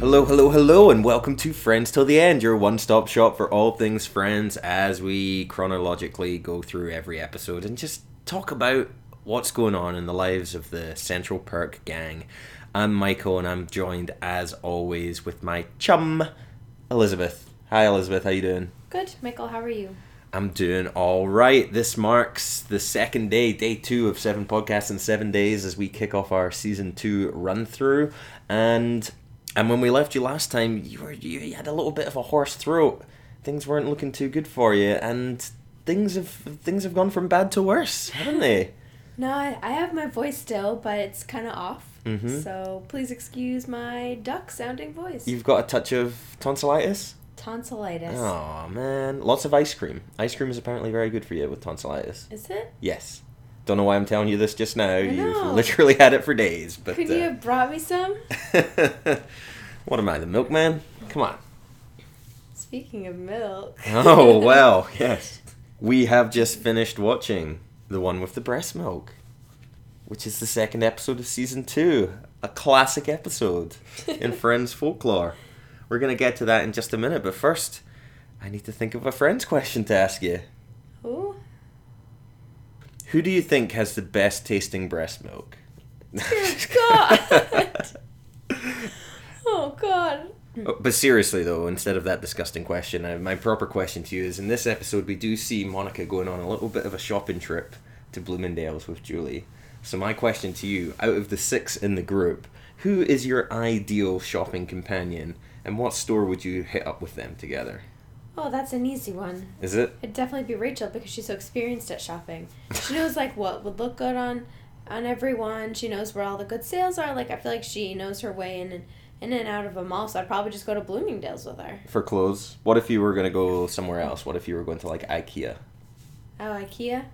Hello, hello, hello, and welcome to Friends Till the End, your one stop shop for all things Friends as we chronologically go through every episode and just talk about what's going on in the lives of the Central Perk gang. I'm Michael, and I'm joined as always with my chum, Elizabeth. Hi, Elizabeth, how you doing? Good, Michael. How are you? I'm doing all right. This marks the second day, day two of seven podcasts in seven days, as we kick off our season two run through. And and when we left you last time, you were you, you had a little bit of a hoarse throat. Things weren't looking too good for you, and things have things have gone from bad to worse, haven't they? No, I, I have my voice still, but it's kind of off. Mhm. So please excuse my duck sounding voice. You've got a touch of tonsillitis. Tonsillitis. Oh man, lots of ice cream. Ice cream is apparently very good for you with tonsillitis. Is it? Yes. Don't know why I'm telling you this just now. You've know. literally had it for days. But Could uh, you have brought me some? what am I, the milkman? Come on. Speaking of milk. Oh, well, yes. We have just finished watching the one with the breast milk, which is the second episode of season two, a classic episode in Friends folklore. We're going to get to that in just a minute, but first, I need to think of a Friends question to ask you. Ooh, Who do you think has the best tasting breast milk? Dear God. Oh God. Oh, But seriously, though, instead of that disgusting question, uh, my proper question to you is: In this episode, we do see Monica going on a little bit of a shopping trip to Bloomingdale's with Julie. So my question to you: Out of the six in the group, who is your ideal shopping companion, and what store would you hit up with them together? Oh, that's an easy one. Is it? It'd definitely be Rachel because she's so experienced at shopping. She knows like what would look good on on everyone. She knows where all the good sales are. Like I feel like she knows her way in and in and out of a mall. So I'd probably just go to Bloomingdale's with her. For clothes, what if you were gonna go somewhere else? What if you were going to like IKEA, Oh, IKEA,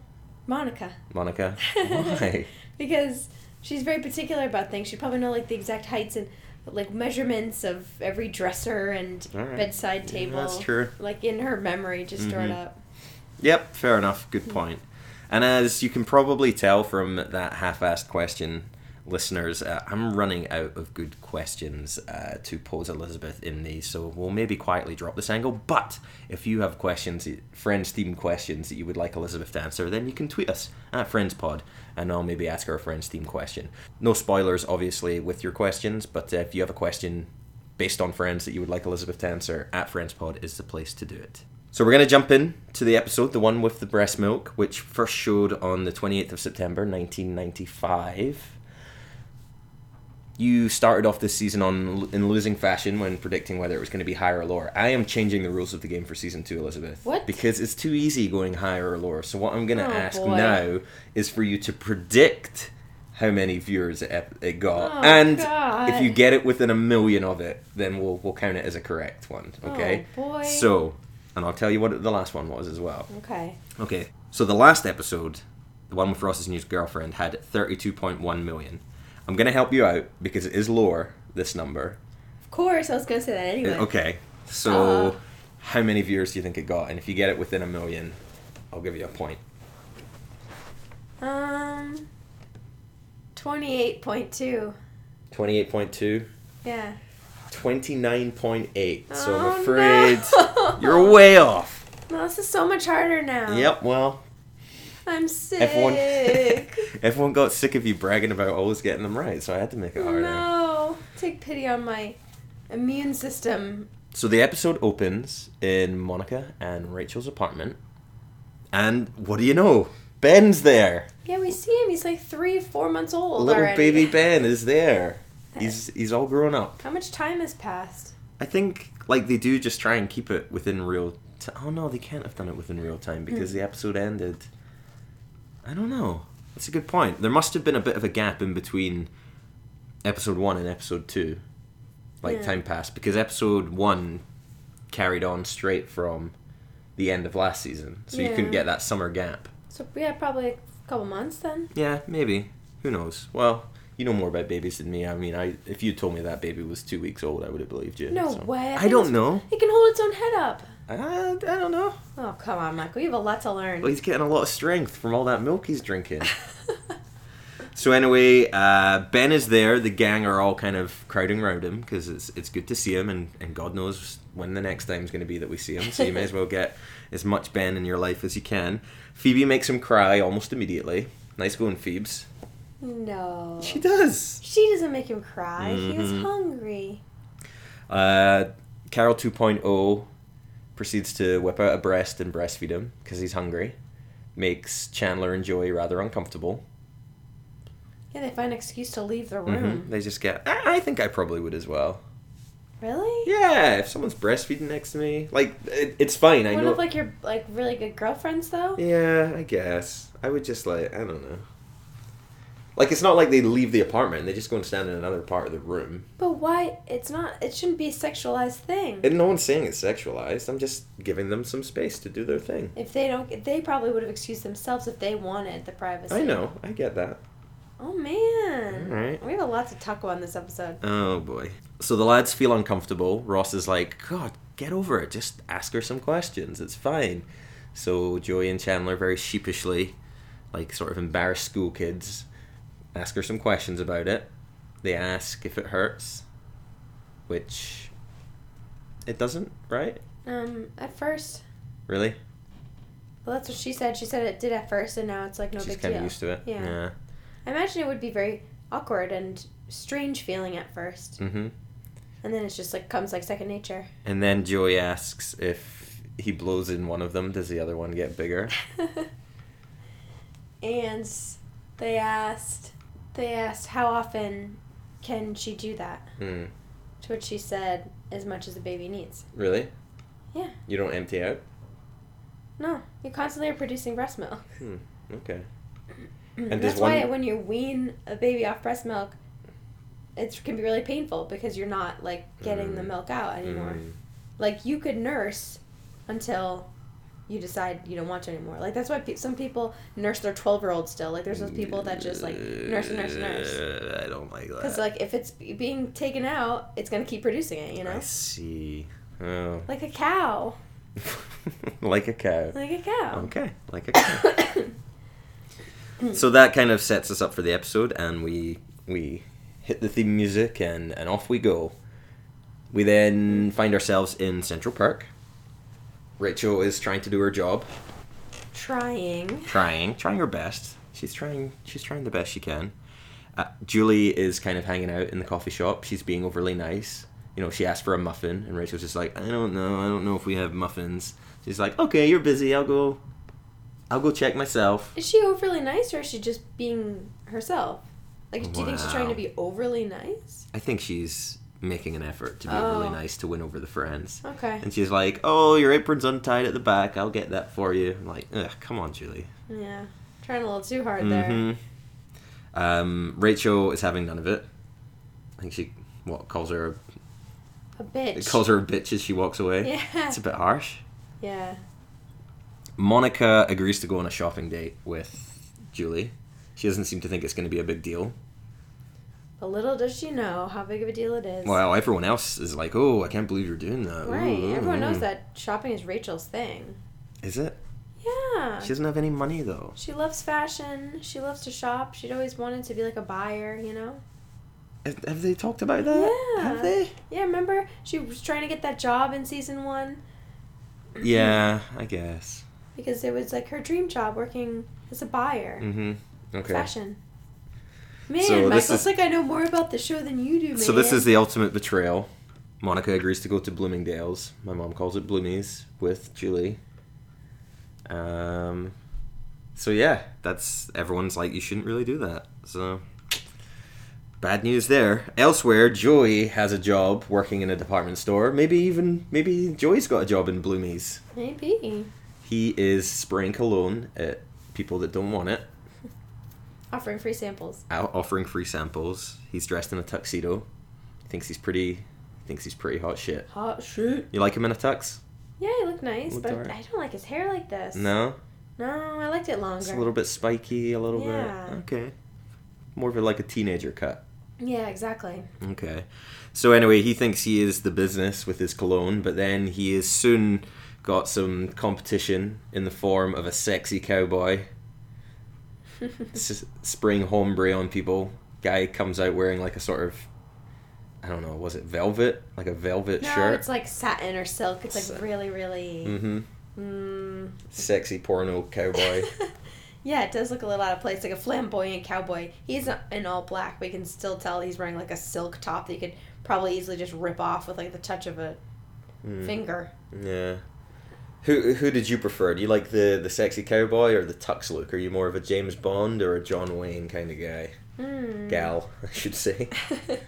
Monica, Monica? Why? because she's very particular about things. She'd probably know like the exact heights and like measurements of every dresser and All right. bedside Yeah, table. that's true. Like in her memory, just stored Mhm. up. Yep, fair enough. Good point. And as you can probably tell from that half-assed question, listeners, uh, I'm running out of good questions uh, to pose Elizabeth in these, so we'll maybe quietly drop this angle. But if you have questions, Friends-themed questions that you would like Elizabeth to answer, then you can tweet us at FriendsPod, and I'll maybe ask her a Friends-themed question. No spoilers, obviously, with your questions, but uh, if you have a question based on Friends that you would like Elizabeth to answer, at FriendsPod is the place to do it. So we're going to jump in to the episode, the one with the breast milk, which first showed on the 28th of September 1995. You started off this season on in losing fashion when predicting whether it was going to be higher or lower. I am changing the rules of the game for season two, Elizabeth. What? Because it's too easy going higher or lower. So what I'm going to Oh, ask boy. now is for you to predict how many viewers it, ep- it got, Oh, and if God. you get it within a million of it, then we'll we'll count it as a correct one. Okay. Oh, boy. So, and I'll tell you what the last one was as well. Okay. Okay. So the last episode, the one with Ross's new girlfriend, had thirty-two point one million. I'm gonna help you out because it is lower this number. Of course, I was gonna say that Uh, anyway. Okay. So, Uh. how many viewers do you think it got? And if you get it within a million, I'll give you a point. Um, twenty-eight point two. Twenty-eight point two. Yeah. 29.8 so Oh, i'm afraid no. you're way off No, this is so much harder now. yep well I'm sick. everyone everyone got sick of you bragging about always getting them right so i had to make it harder no. Take pity on my immune system. so the episode opens in monica and rachel's apartment and what do you know ben's there Yeah, we see him. He's like three, four months old little already. baby ben is there he's he's all grown up How much time has passed? I think like they do just try and keep it within real. T- oh no, they can't have done it within real time because the episode ended. I don't know. That's a good point. There must have been a bit of a gap in between episode one and episode two, like Yeah. time passed because episode one carried on straight from the end of last season, so you couldn't Yeah. get that summer gap. So yeah, probably a couple months then. Yeah, maybe. Who knows? Well, you know more about babies than me. I mean, I if you told me that baby was two weeks old, I would have believed you. No so. way. I think don't it's- know. It can hold its own head up. I, I don't know. Oh come on, Michael. You have a lot to learn. Well, he's getting a lot of strength from all that milk he's drinking. So anyway, uh, Ben is there. The gang are all kind of crowding around him because it's it's good to see him, and, and God knows when the next time's going to be that we see him. So you may as well get as much Ben in your life as you can. Phoebe makes him cry almost immediately. Nice going, Phoebes. No. She does. She doesn't make him cry. He was Mhm. hungry. Uh, Carol 2.0 proceeds to whip out a breast and breastfeed him because he's hungry. Makes Chandler and Joey rather uncomfortable. Yeah, they find an excuse to leave the Mhm. room. They just get. I, I think I probably would as well. Really? Mm-hmm. Yeah, if someone's breastfeeding next to me, like it, it's fine. I One know. of like your like really good girlfriends though. yeah, I guess I would just like I don't know. Like it's not like they leave the apartment; they just go and stand in another part of the room. But why? It's not. It shouldn't be a sexualized thing. And no one's saying it's sexualized. I'm just giving them some space to do their thing. if they don't, they probably would have excused themselves if they wanted the privacy. I know. I get that. Oh man. All right. We have a lot to talk about in this episode. Oh boy. So the lads feel uncomfortable. Ross is like, God, get over it. Just ask her some questions. It's fine. So Joey and Chandler very sheepishly, like sort of embarrassed school kids, ask her some questions about it. They ask if it hurts, which it doesn't, right? Um, at first, Really? well, that's what she said. She said it did at first, and now it's like no She's big deal. kind of used to it. Yeah. I imagine it would be very awkward and strange feeling at first, Mm-hmm. and then it's just like comes like second nature. And then Joey asks if he blows in one of them, does the other one get bigger? and they asked, they asked how often can she do that? Hmm. To which she said, as much as the baby needs. Really? Yeah. You don't empty out? No, you constantly are producing breast milk. Hmm, Okay. And does that's one- why when you wean a baby off breast milk, it can be really painful because you're not like getting the Mm. milk out anymore. Like you could nurse until you decide you don't want to anymore. Like that's why pe- some people nurse their twelve year old still. Like there's those people that just like nurse and nurse and nurse. Uh, I don't like that. Because like if it's be- being taken out, it's gonna keep producing it. You I know, see. Oh. like a cow, like a cow. like a cow. Okay, like a cow. so that kind of sets us up for the episode, and we we hit the theme music, and and off we go. We then find ourselves in Central Park. Rachel is trying to do her job, Trying. trying, trying her best. She's trying. She's trying the best she can. Uh, Julie is kind of hanging out in the coffee shop. She's being overly nice. You know, she asked for a muffin, and Rachel's just like, I don't know. I don't know if we have muffins. She's like, Okay, you're busy. I'll go. I'll go check myself. Is she overly nice or is she just being herself? Like, do you think she's trying Wow. to be overly nice? I think she's making an effort to be overly Oh. nice to win over the friends. Okay. And she's like, "Oh, your apron's untied at the back. I'll get that for you." I'm like, Ugh, "Come on, Julie." Yeah. Trying a little too hard there. hmm Um, Rachel is having none of it. I think she what calls her a A bitch. It calls her a bitch as she walks away. Yeah. It's a bit harsh. Yeah. Monica agrees to go on a shopping date with Julie. She doesn't seem to think it's going to be a big deal. But little does she know how big of a deal it is. Well, everyone else is like, oh, I can't believe you're doing that. right. Ooh, Everyone ooh." mm-hmm. knows that shopping is Rachel's thing. Is it? Yeah. She doesn't have any money, though. she loves fashion. She loves to shop. She'd always wanted to be like a buyer, you know? Have, have they talked about that? Yeah. Have they? Yeah, remember? She was trying to get that job in season one Mm-hmm. Yeah, I guess. because it was like her dream job working as a buyer. Mm-hmm. Okay. Fashion. Man, So this Michael, it's is- like I know more about the show than you do, man. So this is the ultimate betrayal. Monica agrees to go to Bloomingdale's. My mom calls it Bloomies with Julie. Um, so yeah, that's everyone's like you shouldn't really do that. So bad news there. Elsewhere, Joey has a job working in a department store. Maybe even maybe Joey's got a job in Bloomies. maybe He is spraying cologne at people that don't want it, offering free samples. out offering free samples. He's dressed in a tuxedo. Thinks he's pretty. Thinks he's pretty hot shit. Hot shit. You like him in a tux? Yeah, he looked nice, Looked but alright. I don't like his hair like this. No, No, I liked it longer. it's a little bit spiky, a little Yeah. bit. Okay, more of a, like a teenager cut. Yeah, exactly. Okay, so anyway, he thinks he is the business with his cologne, but then he is soon got some competition in the form of a sexy cowboy s- spring homebrew on people. Guy comes out wearing like a sort of, I don't know, was it velvet? Like a velvet no, shirt. it's like satin or silk. It's like really, really. mm-hmm. Mm. Sexy porno cowboy. yeah, it does look a little out of place, like a flamboyant cowboy. He's in all black, but you can still tell he's wearing like a silk top that you could probably easily just rip off with like the touch of a Mm, finger. Yeah. Who who did you prefer? Do you like the the sexy cowboy or the tux look? Are you more of a James Bond or a John Wayne kind of guy? Hmm. Gal, I should say.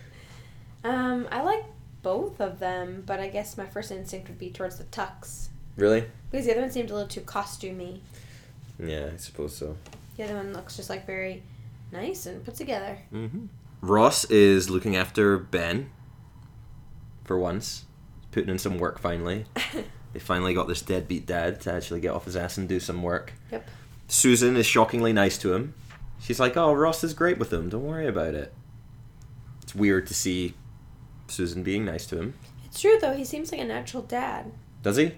um, I like both of them, but I guess my first instinct would be towards the tux Really? because the other one seemed a little too costumey. Yeah, I suppose so. The other one looks just like very nice and put together. Mm-hmm. Ross is looking after Ben. For once, putting in some work finally. They finally got this deadbeat dad to actually get off his ass and do some work. Yep. Susan is shockingly nice to him. She's like, "Oh, Ross is great with him. Don't worry about it." It's weird to see Susan being nice to him. it's true though. He seems like a natural dad. Does he? Yeah,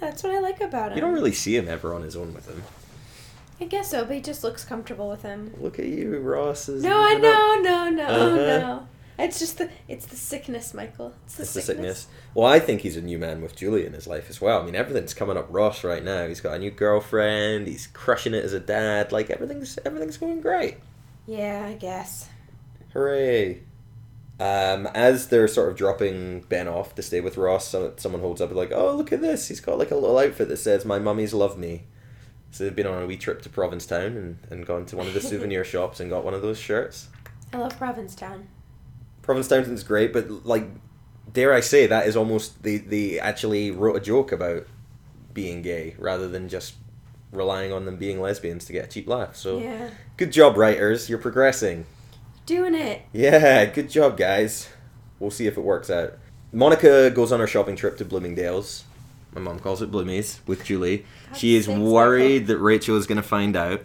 that's what I like about him. You don't really see him ever on his own with him. I guess so, but he just looks comfortable with him. Look at you, Ross. Is No, I living up- know, no, no, Uh-huh. no. It's just the it's the sickness, Michael. It's the It's the sickness. sickness. Well, I think he's a new man with Julie in his life as well. I mean, everything's coming up Ross right now. He's got a new girlfriend. He's crushing it as a dad. Like everything's everything's going great. Yeah, I guess. Hooray! Um, as they're sort of dropping Ben off to stay with Ross, some, someone holds up and like, "Oh, look at this! He's got like a little outfit that says my mummies love me." So they've been on a wee trip to Provincetown and, and gone to one of the souvenir shops and got one of those shirts. I love Provincetown. Provincetown's great, but like, dare I say, that is almost they they actually wrote a joke about being gay rather than just relying on them being lesbians to get a cheap laugh. So Yeah. good job, writers. You're progressing. Doing it. Yeah, good job, guys. We'll see if it works out. Monica goes on her shopping trip to Bloomingdale's. My mom calls it Bloomies with Julie. She is Thanks, worried that Rachel is going to find out.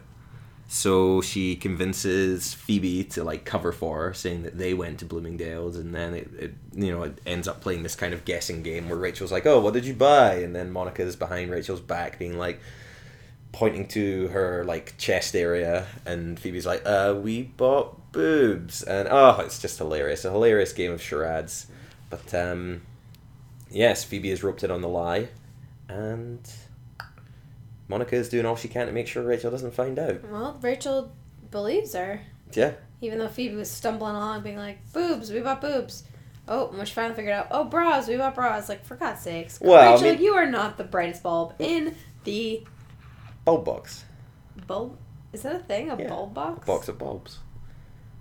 So she convinces Phoebe to like cover for her, saying that they went to Bloomingdale's, and then it, it you know it ends up playing this kind of guessing game where Rachel's like, "Oh, what did you buy?" and then Monica is behind Rachel's back, being like, pointing to her like chest area, and Phoebe's like, "Uh, we bought boobs," and oh, it's just hilarious, a hilarious game of charades. But um, yes, Phoebe has roped in on the lie, and Monica is doing all she can to make sure Rachel doesn't find out. Well, Rachel believes her. Yeah. Even though Phoebe was stumbling along being like, Boobs, we bought boobs. Oh, and when she finally figured out, oh bras, we bought bras. Like, for God's sakes. Well, I Rachel, mean- you are not the brightest bulb in the Bulb box. bulb is that a thing? A Yeah. bulb box? Box of bulbs.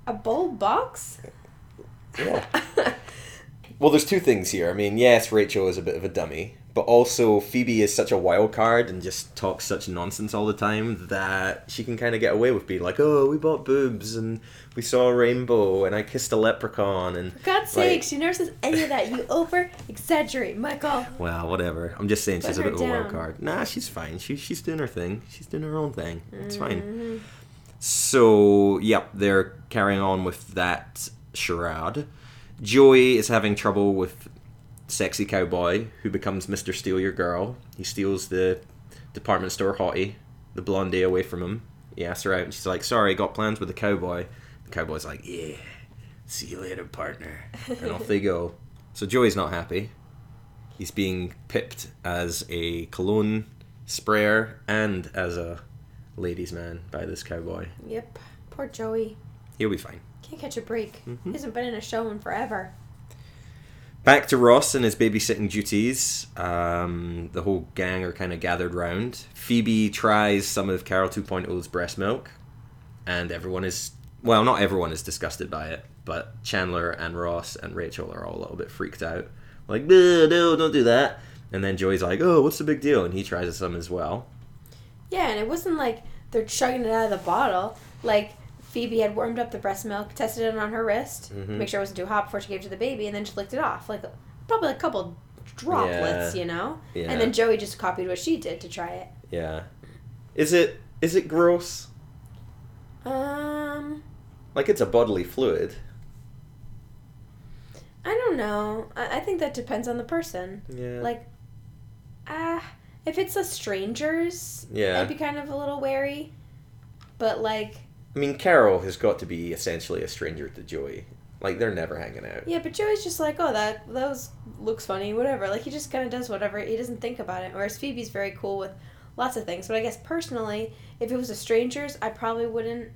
A bulb box? Yeah. Well, there's two things here. I mean, yes, Rachel is a bit of a dummy, but also Phoebe is such a wild card and just talks such nonsense all the time that she can kind of get away with being like, "Oh, we bought boobs and we saw a rainbow and I kissed a leprechaun and For God's Like- sakes, she never says any of that. You over exaggerate, Michael. well, whatever." I'm just saying she's a Put her bit of a wild down. card. Nah, she's fine. She she's doing her thing. She's doing her own thing. It's fine. Mhm. So, yep, they're carrying on with that charade. Joey is having trouble with sexy cowboy who becomes Mr. Steal Your Girl. He steals the department store hottie, the blondie, away from him. He asks her out, and she's like, "Sorry, got plans with the cowboy." The cowboy's like, "Yeah, see you later, partner," and off they go. So Joey's not happy. He's being pipped as a cologne sprayer and as a ladies' man by this cowboy. Yep. Poor Joey. He'll be fine. Can't catch a break. Mhm. He hasn't been in a show in forever. Back to Ross and his babysitting duties. Um, the whole gang are kind of gathered round. Phoebe tries some of Carol 2.0's breast milk, and everyone is well, not everyone is disgusted by it, but Chandler and Ross and Rachel are all a little bit freaked out. Like, "Bleh, no, don't do that. And then Joey's like, oh, what's the big deal? And he tries some as well. Yeah, and it wasn't like they're chugging it out of the bottle. Like Phoebe had warmed up the breast milk, tested it on her wrist, Mhm. make sure it wasn't too hot before she gave it to the baby, and then she licked it off. Like probably a couple droplets, Yeah. you know? Yeah. And then Joey just copied what she did to try it. yeah. Is it is it gross? Um Like it's a bodily fluid. I don't know. I, I think that depends on the person. Yeah. Like, ah, if it's a stranger's, yeah. I'd be kind of a little wary. But like, I mean, Carol has got to be essentially a stranger to Joey. Like they're never hanging out. Yeah, but Joey's just like, oh, that that was, looks funny, whatever. Like he just kind of does whatever. He doesn't think about it. Whereas Phoebe's very cool with lots of things. But I guess personally, if it was a stranger's, I probably wouldn't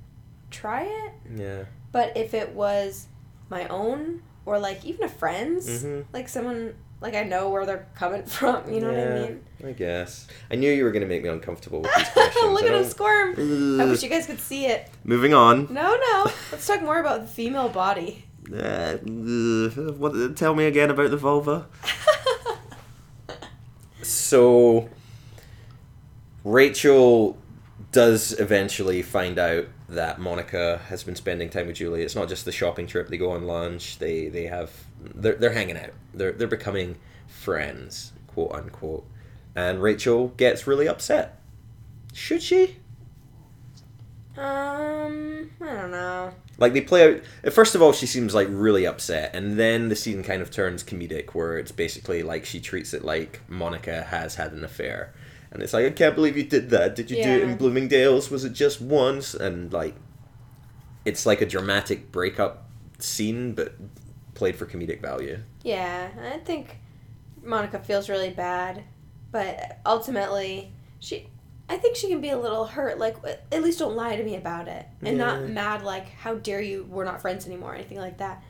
try it. Yeah. But if it was my own or like even a friend's, hmm like someone like I know where they're coming from. You know what Yeah. I mean? I guess. I knew you were going to make me uncomfortable with these questions. Look I at him don't- squirm. I Ugh. wish you guys could see it. Moving on. No, no. Let's talk more about the female body. Uh, ugh, what, tell me again about the vulva. So, Rachel does eventually find out that Monica has been spending time with Julie. It's not just the shopping trip. They go on lunch. They they have they're they're hanging out. They're they're becoming friends, quote unquote. And Rachel gets really upset. Should she? um, I don't know. Like they play out. First of all, she seems like really upset, and then the scene kind of turns comedic, where it's basically like she treats it like Monica has had an affair, and it's like I can't believe you did that. Did you do it Yeah. in Bloomingdale's? Was it just once? And like, it's like a dramatic breakup scene, but played for comedic value. Yeah, I think Monica feels really bad, but ultimately, she. I think she can be a little hurt. Like, at least don't lie to me about it, and Yeah. not mad. Like, how dare you? We're not friends anymore. or Anything like that.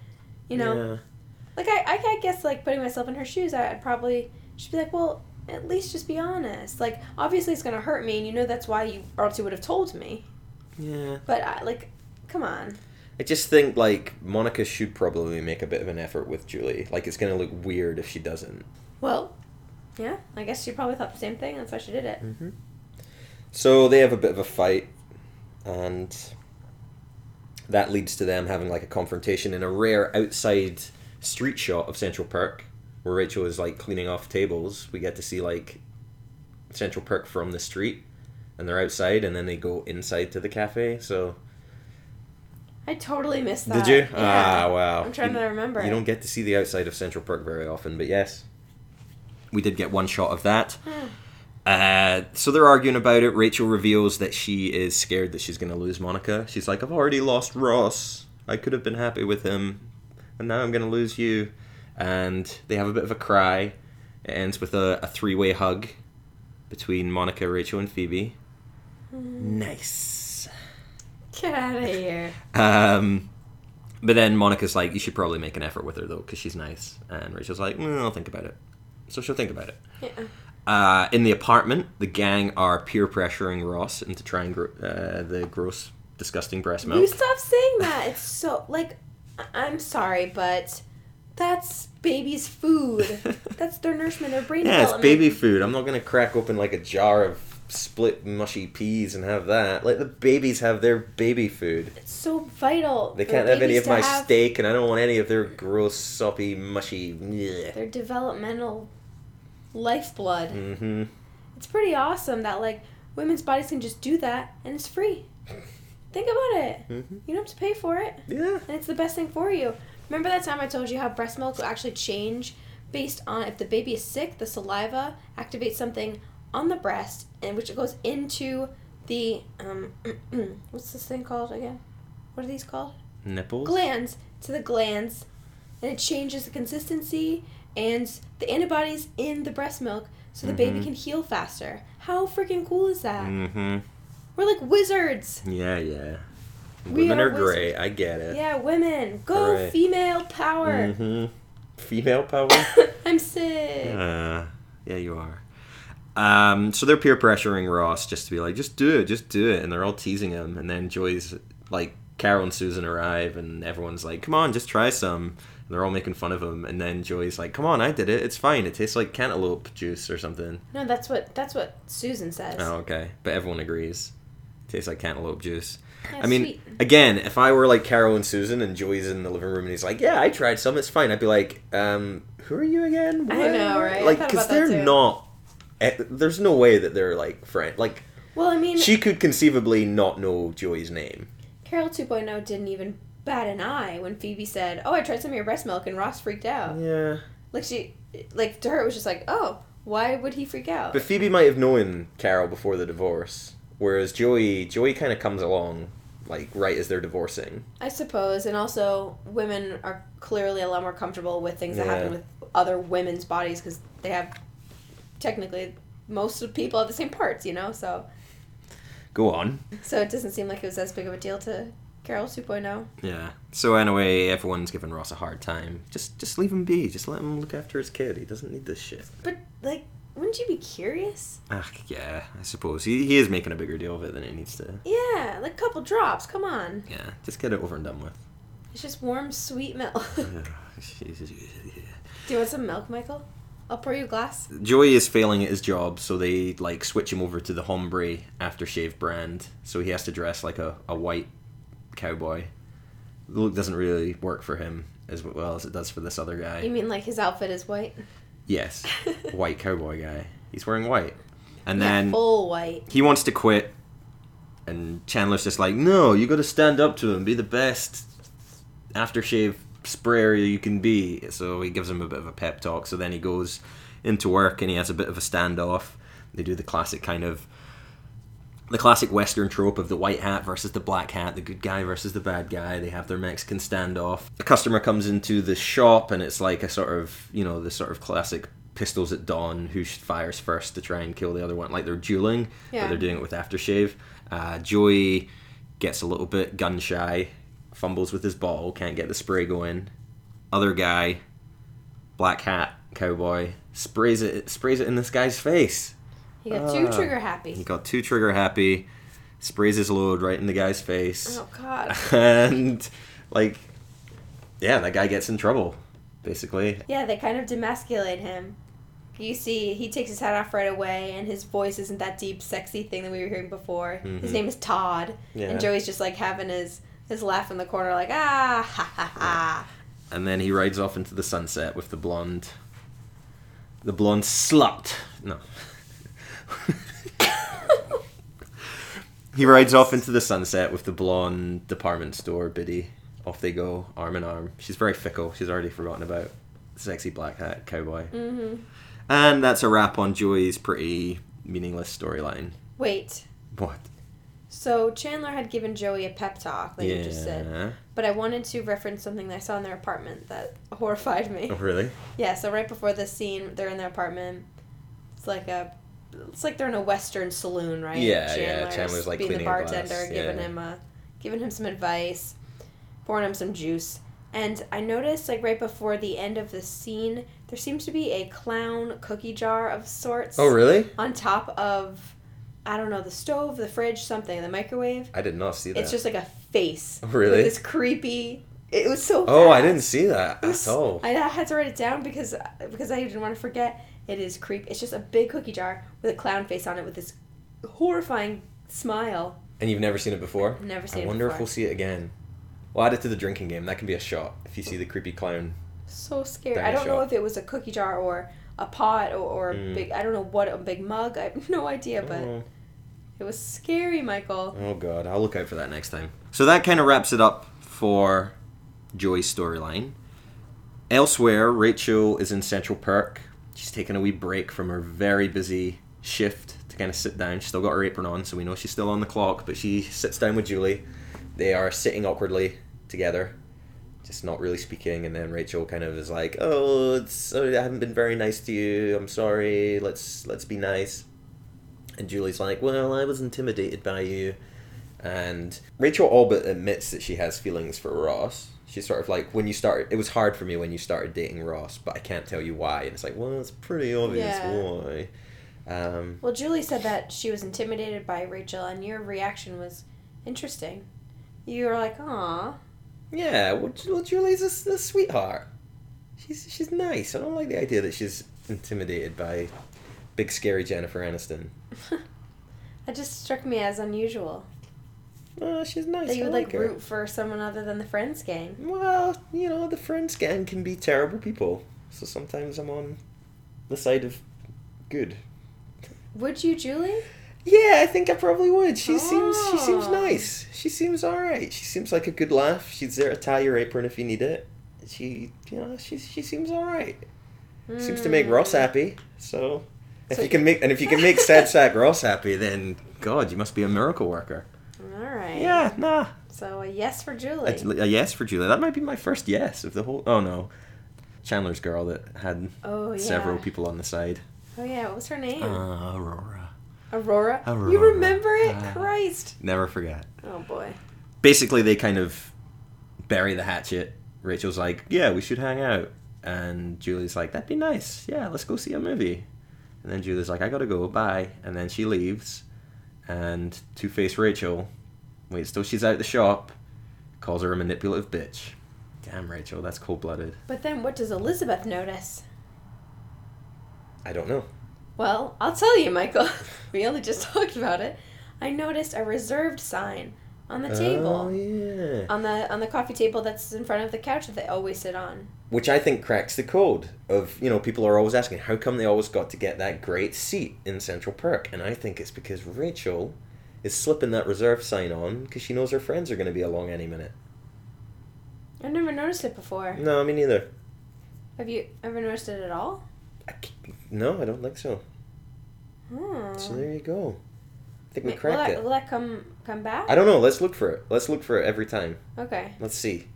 You know, like I, I, I guess like putting myself in her shoes, I, I'd probably she'd be like, well, at least just be honest. Like, obviously, it's gonna hurt me, and you know that's why you, or else you would have told me. yeah, yeah. But I, like, come on. I just think like Monica should probably make a bit of an effort with Julie. Like it's gonna look weird if she doesn't. Well, yeah, I guess she probably thought the same thing. That's why she did it. Mm-hmm. So they have a bit of a fight, and that leads to them having like a confrontation in a rare outside street shot of Central Perk, where Rachel is like cleaning off tables. We get to see like Central Perk from the street, and they're outside, and then they go inside to the cafe. So I totally missed did that. you? Yeah. Ah, wow. I'm trying You- to remember. You it. don't get to see the outside of Central Park very often, but yes. We did get one shot of that. Hmm. Uh, so they're arguing about it. Rachel reveals that she is scared that she's going to lose Monica. She's like, I've already lost Ross. I could have been happy with him. And now I'm going to lose you. And they have a bit of a cry. It ends with a, a three way hug between Monica, Rachel, and Phoebe. Hmm. Nice. Get out of here. Um, but then Monica's like, you should probably make an effort with her though, because she's nice. And Rachel's like, mm, I'll think about it. So she'll think about it. Yeah. Uh, in the apartment, the gang are peer pressuring Ross into trying gro- uh, the gross, disgusting breast You milk. stop saying that. It's so like, I- I'm sorry, but that's baby's food. That's their nourishment, their brain yeah, it's development. baby food. I'm not gonna crack open like a jar of split mushy peas and have that. Let the babies have their baby food. It's so vital. They for can't have any babies of to my have steak, and I don't want any of their gross, soppy, mushy. Their developmental lifeblood. Mm-hmm. It's pretty awesome that like women's bodies can just do that and it's free. Think about it. Mm-hmm. You don't have to pay for it. Yeah. and it's the best thing for you. Remember that time I told you how breast milk will actually change based on if the baby is sick, the saliva activates something on the breast, and which goes into the um, what's this thing called again? What are these called? Nipples. Glands to the glands, and it changes the consistency and the antibodies in the breast milk, so the baby Mhm. can heal faster. How freaking cool is that? Mm-hmm. We're like wizards. Yeah, yeah. We Women are are great. I get it. Yeah, women, go Hooray. female power. Mm-hmm. Female power. I'm sick. uh, yeah, you are. Um, so they're peer pressuring Ross just to be like, just do it, just do it, and they're all teasing him. And then Joy's like, Carol and Susan arrive, and everyone's like, come on, just try some. And they're all making fun of him. And then Joy's like, come on, I did it. It's fine. It tastes like cantaloupe juice or something. No, that's what that's what Susan says. Oh, okay. But everyone agrees. tastes like cantaloupe juice. Yeah, I mean, sweet. again, if I were like Carol and Susan and Joey's in the living room and he's like, "Yeah, I tried some. It's fine." I'd be like, um, "Who are you again?" I What?" know, right? I Like, thought because about that they're too. not. eh, There's no way that they're like friend. Like well, I mean, she could conceivably not know Joey's name. Carol 2.0 didn't even bat an eye when Phoebe said, "Oh, I tried some of your breast milk," and Ross freaked out. Yeah, Like she, like to her, it was just like, "Oh, why would he freak out?" but Phoebe might have known Carol before the divorce, whereas Joey, Joey kind of comes along like right as they're divorcing. I suppose, and also women are clearly a lot more comfortable with things that Yeah. happen with other women's bodies because they have technically most of the people have the same parts, you know. So, Go on. so it doesn't seem like it was as big of a deal to Carol oh. 2.0. Yeah. So anyway, everyone's giving Ross a hard time. Just just leave him be. Just let him look after his kid. He doesn't need this shit. But like, wouldn't you be curious? Ah, yeah. I suppose he he is making a bigger deal of it than it needs to. Yeah, like a couple drops. Come on, Yeah. Just get it over and done with. it's just warm, sweet milk. Do you want some milk, Michael? I'll pour you a glass. Joey is failing at his job, so they like switch him over to the hombre aftershave brand. So he has to dress like a, a white cowboy. The look doesn't really work for him as well as it does for this other guy. You mean like his outfit is white? Yes, white cowboy guy. He's wearing white, and Yeah, then full white. he wants to quit, and Chandler's just like, "No, you got to stand up to him. Be the best aftershave sprayer you can be." So he gives him a bit of a pep talk. So then he goes into work and he has a bit of a standoff. They do the classic kind of the classic Western trope of the white hat versus the black hat, the good guy versus the bad guy. They have their Mexican standoff. A customer comes into the shop, and it's like a sort of, you know, the sort of classic pistols at dawn who sh- fires first to try and kill the other one. Like they're dueling, Yeah. but they're doing it with aftershave. Uh, Joey gets a little bit gun shy, fumbles with his bottle, can't get the spray going. Other guy, black hat cowboy, sprays it sprays it in this guy's face. He got too Ah. trigger He happy. got two trigger happy, sprays his load right in the guy's face, Oh God. and like, yeah, that guy gets in trouble, basically. Yeah, they kind of demasculate him. You see, he takes his hat off right away, and his voice isn't that deep, sexy thing that we were hearing before. His Mhm. name is Todd, Yeah. and Joey's just like having his his laugh in the corner, like ah ha ha ha. And then he rides off into the sunset with the blonde, the blonde slut. No. he rides off into the sunset with the blonde department store biddy. Off they go, arm in arm. She's very fickle. She's already forgotten about sexy black hat cowboy. hmm And that's a wrap on Joey's pretty meaningless storyline. Wait. What? So Chandler had given Joey a pep talk, like you just said, but I wanted to reference something that I saw in their apartment that horrified me. Oh, really? Yeah, so right before this scene, they're in their apartment. It's like a, it's like they're in a western saloon, right? Yeah, yeah, Chandler's, like, being the cleaning a glass, bartender, giving yeah. him a, giving him some advice, pouring him some juice. And I noticed, like right before the end of the scene, there seems to be a clown cookie jar of sorts Oh, really? on top of, I don't know, the stove, the fridge, something, the microwave. I did not see that. It's just like a face. Oh, really? with This creepy. It was so. oh, I fast. didn't see that at all. I had to write it down because because I didn't want to forget. It is creep. It's just a big cookie jar with a clown face on it with this horrifying smile. And you've never seen it before? I've never seen I it wonder if before. we'll see it again. We'll add it to the drinking game. That can be a shot if you see the creepy clown. So scary. Dang I don't know shot. if it was a cookie jar or a pot or, or a Mm. big. I don't know what a big mug. I have no idea, but oh, it was scary, Michael. oh, God. I'll look out for that next time. So that kind of wraps it up for Joy's storyline. Elsewhere, Rachel is in Central Park. She's taking a wee break from her very busy shift to kind of sit down. She's still got her apron on, so we know she's still on the clock, but she sits down with Julie. They are sitting awkwardly together, just not really speaking, and then Rachel kind of is like, "Oh, it's oh, I haven't been very nice to you. I'm sorry. Let's let's be nice." And Julie's like, "Well, I was intimidated by you." And Rachel all but admits that she has feelings for Ross. She's sort of like, when you start, it was hard for me when you started dating Ross, but I can't tell you why. And it's like, well, it's pretty obvious Yeah. why. Um, Well, Julie said that she was intimidated by Rachel, and your reaction was interesting. You were like, "Aw, yeah, well, Ju- well Julie's a, s- a sweetheart. She's she's nice. I don't like the idea that she's intimidated by big scary Jennifer Aniston. that just struck me as unusual." Oh, she's nice. That you I would like her. root for someone other than the Friends gang. Well, you know, the friends gang can be terrible people. So sometimes I'm on the side of good. Would you, Julie? Yeah, I think I probably would. She seems she seems Oh. nice. She seems all right. She seems like a good laugh. She's there to tie your apron if you need it. She, you know, she she seems all right. Seems to make Mm. Ross happy. So, if So- you can make and if you can make sad sack Ross happy, then God, you must be a miracle worker. Hmm. All right. Yeah, nah. So a yes for Julie. A, a yes for Julia. That might be my first yes of the whole. Oh no, Chandler's girl that had oh yeah. several people on the side. Oh yeah. What was her name? Uh, Aurora. Aurora? You Aurora. remember it? Ah. Christ. Never forget. Oh boy. Basically, they kind of bury the hatchet. Rachel's like, "Yeah, we should hang out," and Julie's like, "That'd be nice. Yeah, let's go see a movie." And then Julie's like, "I gotta go. Bye." And then she leaves, and Two Face Rachel waits till she's out the shop, calls her a manipulative bitch. Damn, Rachel, that's cold blooded. But then what does Elizabeth notice? I don't know. Well, I'll tell you, Michael. we only just talked about it. I noticed a reserved sign on the Oh, table. yeah. On the on the coffee table that's in front of the couch that they always sit on. Which I think cracks the code of, you know, people are always asking, how come they always got to get that great seat in Central Perk? And I think it's because Rachel is slipping that reserve sign on because she knows her friends are going to be along any minute. I've never noticed it before. No, me neither. Have you ever noticed it at all? I c no, I don't think so. Hmm. So there you go. I think we Wait, will, cracked that, it. will that come come back? I don't know. Let's look for it. Let's look for it every time. Okay. Let's see.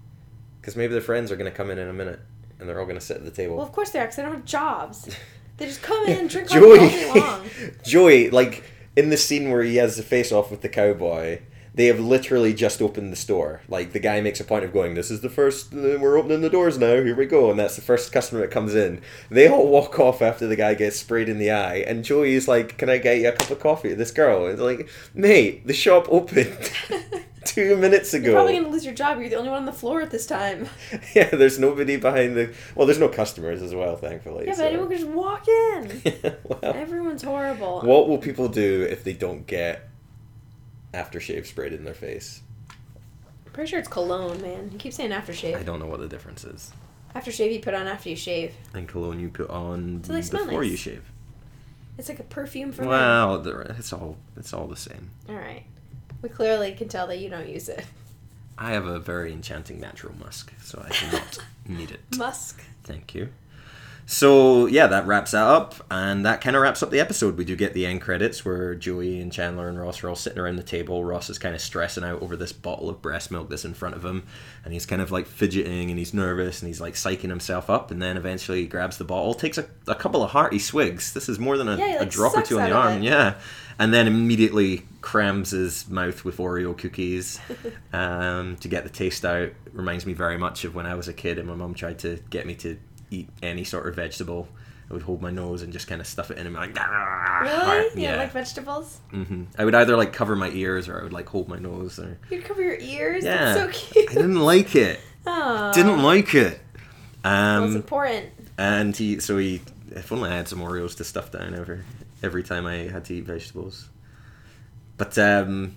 Because maybe their friends are going to come in in a minute and they're all going to sit at the table. Well, of course they are, because they don't have jobs. They just come in and drink coffee all Joey, day long. Joey, like in the scene where he has the face off with the cowboy, they have literally just opened the store. Like the guy makes a point of going, "This is the first. uh, We're opening the doors now. Here we go!" And that's the first customer that comes in. They all walk off after the guy gets sprayed in the eye, and Joey is like, "Can I get you a cup of coffee?" This girl is like, "Mate, the shop opened two minutes ago." You're probably gonna lose your job. You're the only one on the floor at this time. yeah, there's nobody behind the. Well, there's no customers as well, thankfully. Yeah, but so- anyone can just walk in. well, Everyone's horrible. What will people do if they don't get aftershave sprayed in their face? Pretty sure it's cologne, man. You keep saying I aftershave. don't know what the difference is. Aftershave you put on after you shave. And cologne you put on So they smell before nice. you shave. It's like a perfume for men. Well, the- it's all it's all the same. All right. We clearly can tell that you don't use it. I have a very enchanting natural musk, so I do not need it. Musk. Thank you. So yeah, that wraps that up, and that kind of wraps up the episode. We do get the end credits where Joey and Chandler and Ross are all sitting around the table. Ross is kind of stressing out over this bottle of breast milk that's in front of him, and he's kind of like fidgeting and he's nervous and he's like psyching himself up. And then eventually he grabs the bottle, takes a, a couple of hearty swigs. This is more than a, Yeah, he, a like, drop or sucks two on the out of arm, it. yeah. And then immediately crams his mouth with Oreo cookies um, to get the taste out. Reminds me very much of when I was a kid and my mum tried to get me to eat any sort of vegetable. I would hold my nose and just kind of stuff it in and be like, "Ah." Really? You yeah. don't like vegetables? hmm I would either like cover my ears or I would like hold my nose. Or You'd cover your ears? yeah, That's so cute. I didn't like it. Aw. Didn't like it. Well, it's Um, Oh, important. and he, so he, if only I had some Oreos to stuff down every every time I had to eat vegetables. But um,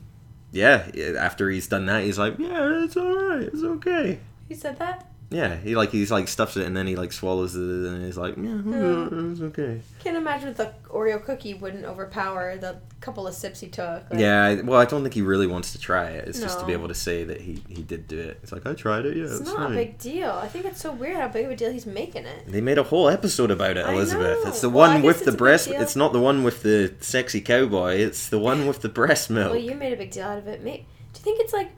yeah, after he's done that, he's like, yeah, it's all right, it's okay. You said that? Yeah, he like he's like stuffs it and then he like swallows it and he's like, yeah, Hmm. it's okay. Can't imagine if the Oreo cookie wouldn't overpower the couple of sips he took. Like, Yeah, I- well, I don't think he really wants to try it. It's just to be No. able to say that he he did do it. It's like I tried it. Yeah, it's, It's not fine. a big deal. I think it's so weird how big of a deal he's making it. They made a whole episode about it, I Elizabeth. know. It's the Well, I one guess with it's the a big breast. deal. It's not the one with the sexy cowboy. It's the one with the breast milk. Well, you made a big deal out of it. May do you think it's like?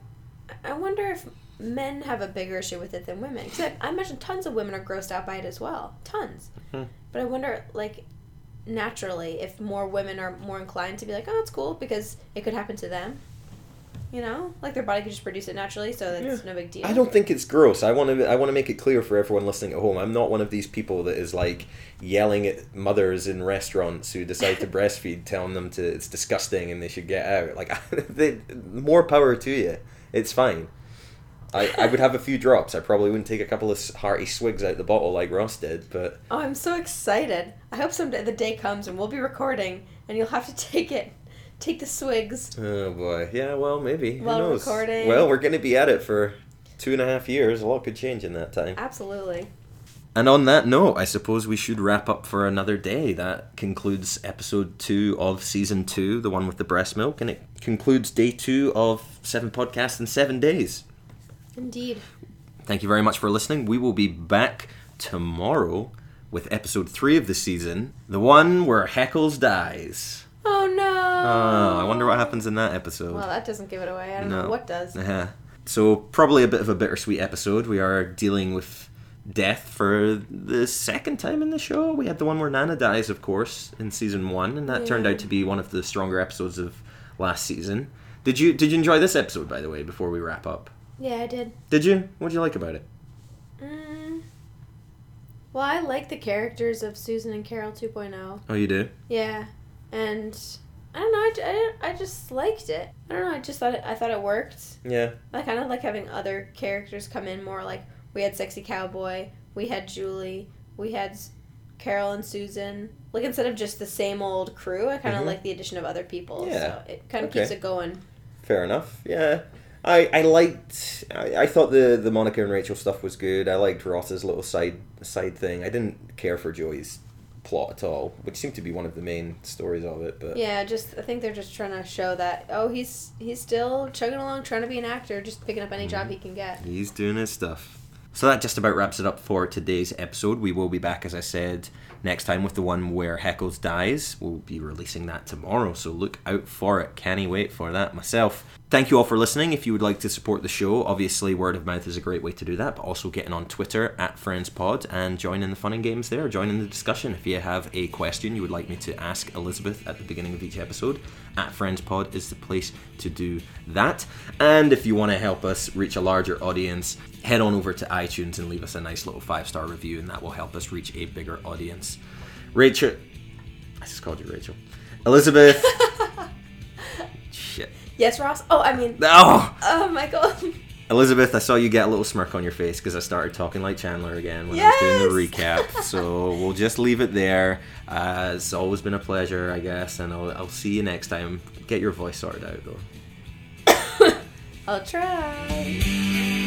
I wonder if men have a bigger issue with it than women. Because I imagine tons of women are grossed out by it as well, tons. Mhm. But I wonder, like, naturally, if more women are more inclined to be like, "Oh, it's cool," because it could happen to them. You know, like their body could just produce it naturally, so that's no big deal. I don't think it's gross. I want to. I want to make it clear for everyone listening at home. I'm not one of these people that is like yelling at mothers in restaurants who decide to breastfeed, telling them to it's disgusting and they should get out. Like, they, more power to you. It's fine. I, I would have a few drops. I probably wouldn't take a couple of s- hearty swigs out the bottle like Ross did, but Oh, I'm so excited! I hope someday the day comes and we'll be recording, and you'll have to take it, take the swigs. oh boy, yeah. Well, maybe. Who While knows? recording. Well, we're gonna be at it for two and a half years. A lot could change in that time. Absolutely. And on that note, I suppose we should wrap up for another day. That concludes episode two of season two, the one with the breast milk, and it concludes day two of seven podcasts in seven days. Indeed. Thank you very much for listening. We will be back tomorrow with episode three of the season, the one where Heckles dies. Oh no! Oh, I wonder what happens in that episode. Well, that doesn't give it away. I don't No. know what does. Uh-huh. So probably a bit of a bittersweet episode. We are dealing with death for the second time in the show. We had the one where Nana dies, of course, in season one, and that turned Yeah. out to be one of the stronger episodes of last season. Did you did you enjoy this episode by the way? Before we wrap up, Yeah, I did. did you? What did you like about it? Mm. Well, I like the characters of Susan and Carol 2.0. Oh, you do. Yeah, and I don't know. I, ju- I, don't- I just liked it. I don't know. I just thought it, I thought it worked. Yeah. I kind of like having other characters come in more. Like we had sexy cowboy, we had Julie, we had S- Carol and Susan. Like instead of just the same old crew, I kind of Mhm. like the addition of other people. Yeah. So it kind of Okay. keeps it going. Fair enough. Yeah. I, I liked I, I thought the, the Monica and Rachel stuff was good. I liked Ross's little side side thing. I didn't care for Joey's plot at all, which seemed to be one of the main stories of it, but Yeah, just I think they're just trying to show that oh he's he's still chugging along, trying to be an actor, just picking up any job he can get. He's doing his stuff. So that just about wraps it up for today's episode. We will be back, as I said, next time with the one where Heckles dies. We'll be releasing that tomorrow, so look out for it. Can't wait for that myself. Thank you all for listening. If you would like to support the show, obviously word of mouth is a great way to do that, but also getting on Twitter at FriendsPod and joining the fun and games there, joining the discussion. If you have a question you would like me to ask Elizabeth at the beginning of each episode, at FriendsPod is the place to do that. And if you want to help us reach a larger audience, head on over to iTunes and leave us a nice little five star review, and that will help us reach a bigger audience. Rachel, I just called you Rachel. Elizabeth. Shit. Yes, Ross. Oh, I mean, Oh! oh Michael. Elizabeth, I saw you get a little smirk on your face because I started talking like Chandler again when I was doing the Yes! recap. so we'll just leave it there. Uh, it's always been a pleasure, I guess, and I'll, I'll see you next time. Get your voice sorted out, though. I'll try.